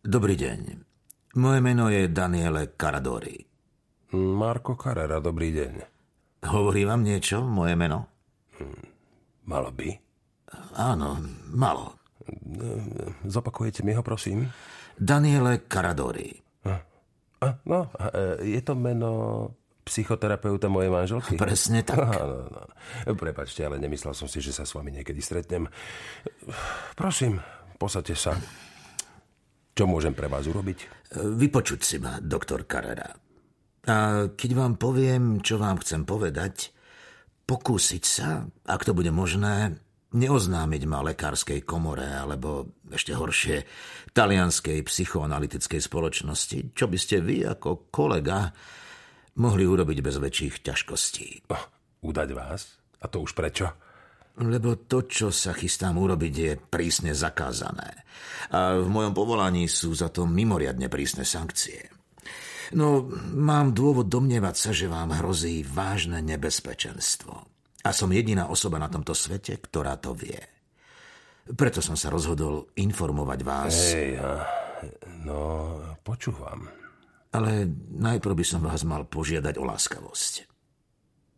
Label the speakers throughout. Speaker 1: Dobrý deň. Moje meno je Daniele Caradori.
Speaker 2: Marko Carrera, dobrý deň.
Speaker 1: Hovorí vám niečo moje meno?
Speaker 2: Malo by.
Speaker 1: Áno, malo.
Speaker 2: Zopakujete mi ho, prosím?
Speaker 1: Daniele Caradori.
Speaker 2: A, no, e, je to meno psychoterapeuta mojej manželky?
Speaker 1: Presne tak.
Speaker 2: Áno, áno. Prepačte, ale nemyslel som si, že sa s vami niekedy stretnem. Prosím, posadte sa. Čo môžem pre vás urobiť?
Speaker 1: Vypočuť si ma, doktor Carrera. A keď vám poviem, čo vám chcem povedať, pokúsiť sa, ak to bude možné, neoznámiť ma lekárskej komore alebo ešte horšie talianskej psychoanalytickej spoločnosti, čo by ste vy ako kolega mohli urobiť bez väčších ťažkostí.
Speaker 2: Oh, udať vás? A to už prečo?
Speaker 1: Lebo to, čo sa chystám urobiť, je prísne zakázané. A v mojom povolaní sú za to mimoriadne prísne sankcie. No, mám dôvod domnievať sa, že vám hrozí vážne nebezpečenstvo. A som jediná osoba na tomto svete, ktorá to vie. Preto som sa rozhodol informovať vás,
Speaker 2: Hej, a- no, počúvam.
Speaker 1: ale najprv by som vás mal požiadať o láskavosť.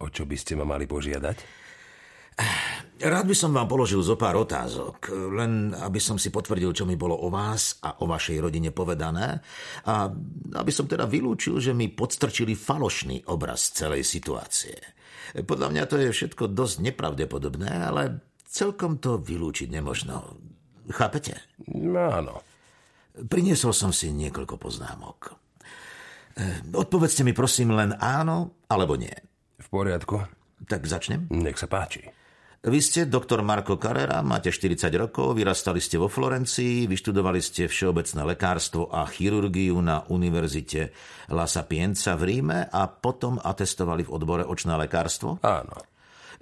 Speaker 2: O čo by ste ma mali požiadať?
Speaker 1: Rád by som vám položil zo pár otázok, len aby som si potvrdil, čo mi bolo o vás a o vašej rodine povedané a aby som teda vylúčil, že mi podstrčili falošný obraz celej situácie. Podľa mňa to je všetko dosť nepravdepodobné, ale celkom to vylúčiť nemožno. Chápete?
Speaker 2: No, áno.
Speaker 1: Priniesol som si niekoľko poznámok. Eh, Odpovedzte mi prosím len áno alebo nie.
Speaker 2: V poriadku.
Speaker 1: Tak začnem?
Speaker 2: Nech sa páči.
Speaker 1: Vy ste doktor Marko Carrera, máte 40 rokov, vyrastali ste vo Florencii, vyštudovali ste všeobecné lekárstvo a chirurgiu na Univerzite La Sapienza v Ríme a potom atestovali v odbore očné lekárstvo.
Speaker 2: Áno.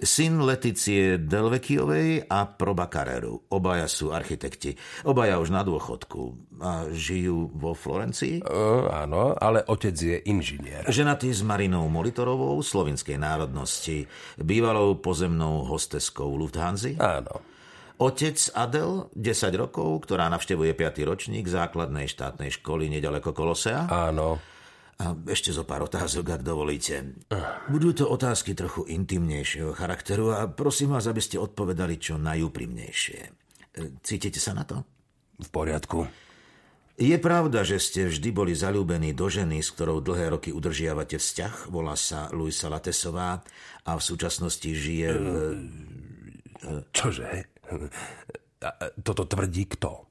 Speaker 1: Syn Leticie Delvekijovej a proba Carreru. Obaja sú architekti. Obaja už na dôchodku. A žijú vo Florencii?
Speaker 2: E, áno, ale otec je inžinier.
Speaker 1: Ženatý s Marinou Molitorovou, slovinskej národnosti, bývalou pozemnou hosteskou Lufthansa.
Speaker 2: Áno.
Speaker 1: Otec Adel, 10 rokov, ktorá navštevuje 5. ročník základnej štátnej školy nedaleko Kolosea.
Speaker 2: Áno.
Speaker 1: A ešte zo pár otázok, ak dovolíte. Budú to otázky trochu intimnejšieho charakteru a prosím vás, aby ste odpovedali čo najúprimnejšie. E, Cítite sa na to?
Speaker 2: V poriadku.
Speaker 1: Je pravda, že ste vždy boli zalúbení do ženy, s ktorou dlhé roky udržiavate vzťah? Volá sa Luisa Latesová a v súčasnosti žije v...
Speaker 2: Čože? A, a, Toto tvrdí kto?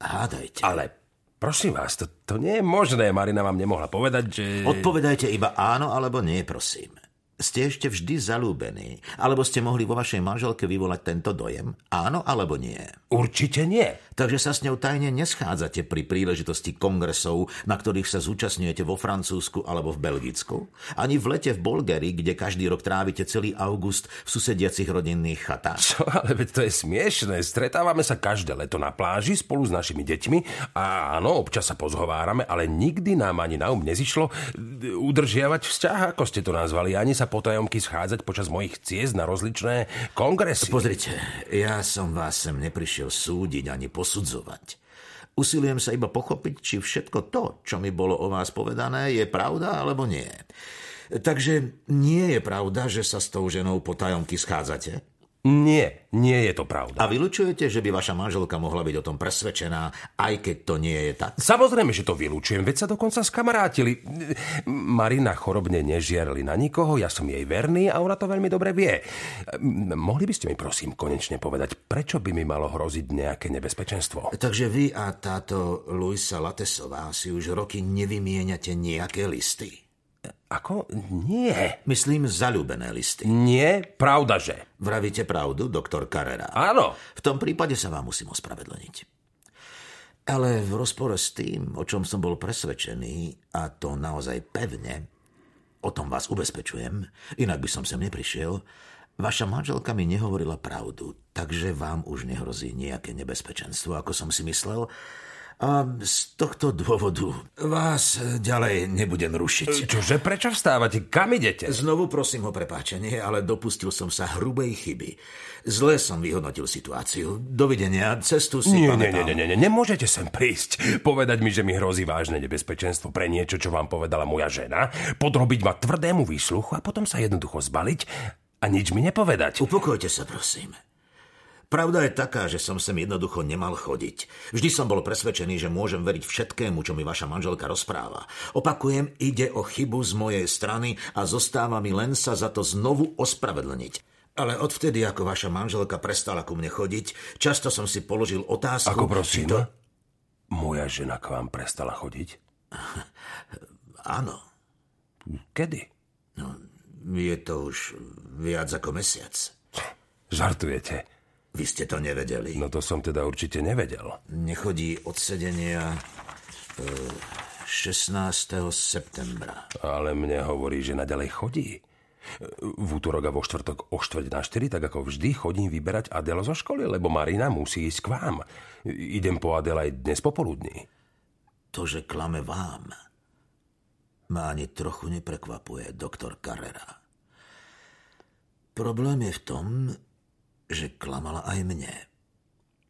Speaker 1: Hádajte.
Speaker 2: Ale prosím vás, to, to nie je možné. Marina vám nemohla povedať, že...
Speaker 1: Odpovedajte iba áno alebo nie, prosím. Ste ešte vždy zalúbení, alebo ste mohli vo vašej manželke vyvolať tento dojem? Áno alebo nie?
Speaker 2: Určite nie.
Speaker 1: Takže sa s ňou tajne neschádzate pri príležitosti kongresov, na ktorých sa zúčastňujete vo Francúzsku alebo v Belgicku? Ani v lete v Bulgarii, kde každý rok trávite celý august v susediacich rodinných chatách?
Speaker 2: Čo, ale veď to je smiešné. Stretávame sa každé leto na pláži spolu s našimi deťmi a áno, občas sa pozhovárame, ale nikdy nám ani na um nezišlo d- udržiavať vzťah, ako ste to nazvali, ani sa potajomky schádzať počas mojich ciest na rozličné kongresy.
Speaker 1: Pozrite, ja som vás sem neprišiel súdiť ani posudzovať. Usilujem sa iba pochopiť, či všetko to, čo mi bolo o vás povedané, je pravda alebo nie. Takže nie je pravda, že sa s tou ženou po tajomky schádzate?
Speaker 2: Nie, nie je to
Speaker 1: A
Speaker 2: pravda.
Speaker 1: vylučujete, že by vaša manželka mohla byť o tom presvedčená, aj keď to nie je tak?
Speaker 2: Samozrejme, že to vylúčujem, veď sa dokonca skamarátili. Marina chorobne nežiarli na nikoho, ja som jej verný a ona to veľmi dobre vie. M- Mohli by ste mi prosím konečne povedať, prečo by mi malo hroziť nejaké nebezpečenstvo?
Speaker 1: Takže vy a táto Luisa Latesová si už roky nevymieniate nejaké listy.
Speaker 2: Ako? Nie.
Speaker 1: Myslím, zalúbené listy.
Speaker 2: Nie, pravda, že.
Speaker 1: Vravíte pravdu, doktor Carrera?
Speaker 2: Áno.
Speaker 1: V tom prípade sa vám musím ospravedlniť. Ale v rozpore s tým, o čom som bol presvedčený, a to naozaj pevne, o tom vás ubezpečujem, inak by som sem neprišiel, vaša manželka mi nehovorila pravdu, takže vám už nehrozí nejaké nebezpečenstvo, ako som si myslel, A z tohto dôvodu vás ďalej nebudem rušiť.
Speaker 2: Čože, prečo vstávate? Kam idete?
Speaker 1: Znovu prosím o prepáčenie, ale dopustil som sa hrubej chyby. Zle som vyhodnotil situáciu. Dovidenia, cestu si
Speaker 2: Nie,
Speaker 1: pamätám.
Speaker 2: nie, nie, nie, nie, nie, nemôžete sem prísť. Povedať mi, že mi hrozí vážne nebezpečenstvo pre niečo, čo vám povedala moja žena, podrobiť ma tvrdému výsluchu a potom sa jednoducho zbaliť a nič mi nepovedať.
Speaker 1: Upokojte sa, prosím. Pravda je taká, že som sem jednoducho nemal chodiť. Vždy som bol presvedčený, že môžem veriť všetkému, čo mi vaša manželka rozpráva. Opakujem, ide o chybu z mojej strany a zostáva mi len sa za to znovu ospravedlniť. Ale odvtedy, ako vaša manželka prestala ku mne chodiť, často som si položil otázku...
Speaker 2: Ako prosím?
Speaker 1: či To...
Speaker 2: Moja žena k vám prestala chodiť?
Speaker 1: Áno,
Speaker 2: Kedy?
Speaker 1: je to už viac ako mesiac.
Speaker 2: Žartujete.
Speaker 1: Vy ste to nevedeli.
Speaker 2: No to som teda určite nevedel.
Speaker 1: Nechodí od sedenia e, 16. septembra.
Speaker 2: Ale mne hovorí, že naďalej chodí. V útorok a vo štvrtok o štvrť na štyri, tak ako vždy, chodím vyberať Adela zo školy, lebo Marina musí ísť k vám. Idem po Adela aj dnes popoludní.
Speaker 1: To, že klame vám, ma ani trochu neprekvapuje doktor Carrera. Problém je v tom, že klamala aj mne.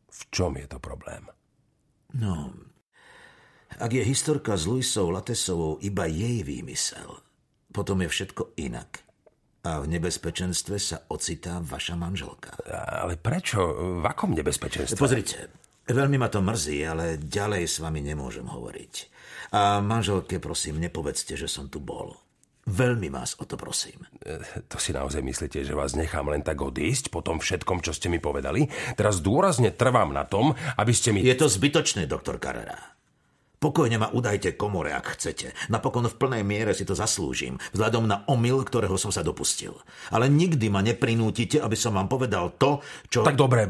Speaker 2: V čom je to problém?
Speaker 1: No, ak je historka s Luisou Latesovou iba jej výmysel, potom je všetko inak. A v nebezpečenstve sa ocitá vaša manželka.
Speaker 2: Ale prečo? V akom nebezpečenstve?
Speaker 1: Pozrite, veľmi ma to mrzí, ale ďalej s vami nemôžem hovoriť. A manželke, prosím, nepovedzte, že som tu bol. Veľmi vás o to prosím.
Speaker 2: To si naozaj myslíte, že vás nechám len tak odísť po tom všetkom, čo ste mi povedali? Teraz dôrazne trvám na tom, aby ste mi...
Speaker 1: Je to zbytočné, doktor Carrera. Pokojne ma udajte komore, ak chcete. Napokon v plnej miere si to zaslúžim, vzhľadom na omyl, ktorého som sa dopustil. Ale nikdy ma neprinútite, aby som vám povedal to, čo...
Speaker 2: Tak dobre,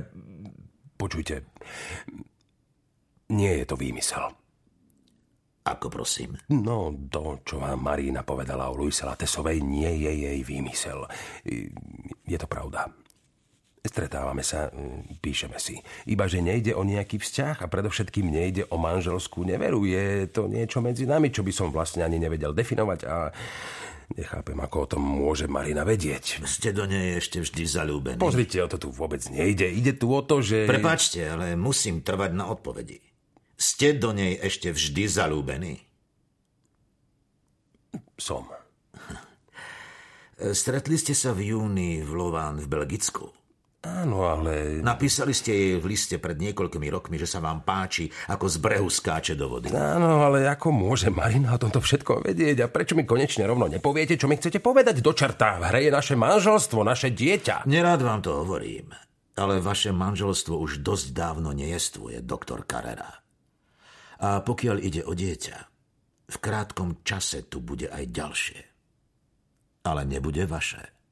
Speaker 2: počujte. Nie je to výmysel.
Speaker 1: Ako prosím?
Speaker 2: No, to, čo vám Marína povedala o Luise Latesovej, nie je jej výmysel. I- Je to pravda. Stretávame sa, mm, píšeme si. Iba, že nejde o nejaký vzťah a predovšetkým nejde o manželskú neveru. Je to niečo medzi nami, čo by som vlastne ani nevedel definovať a nechápem, ako o tom môže Marina vedieť.
Speaker 1: Ste do nej ešte vždy zalúbení.
Speaker 2: Pozrite, o to tu vôbec nejde. Ide tu o to, že...
Speaker 1: Prepačte, ale musím trvať na odpovedi. Ste do nej ešte vždy zalúbení?
Speaker 2: Som.
Speaker 1: E, Stretli ste sa v júni v Lován v Belgicku.
Speaker 2: Áno, ale...
Speaker 1: Napísali ste jej v liste pred niekoľkými rokmi, že sa vám páči, ako z brehu skáče do vody.
Speaker 2: Áno, no, ale ako môže Marina o tomto všetko vedieť? A prečo mi konečne rovno nepoviete, čo mi chcete povedať do čerta? V hre je naše manželstvo, naše dieťa.
Speaker 1: Nerád vám to hovorím, ale vaše manželstvo už dosť dávno nejestvuje, doktor Carrera. A pokiaľ ide o dieťa, v krátkom čase tu bude aj ďalšie. Ale nebude vaše.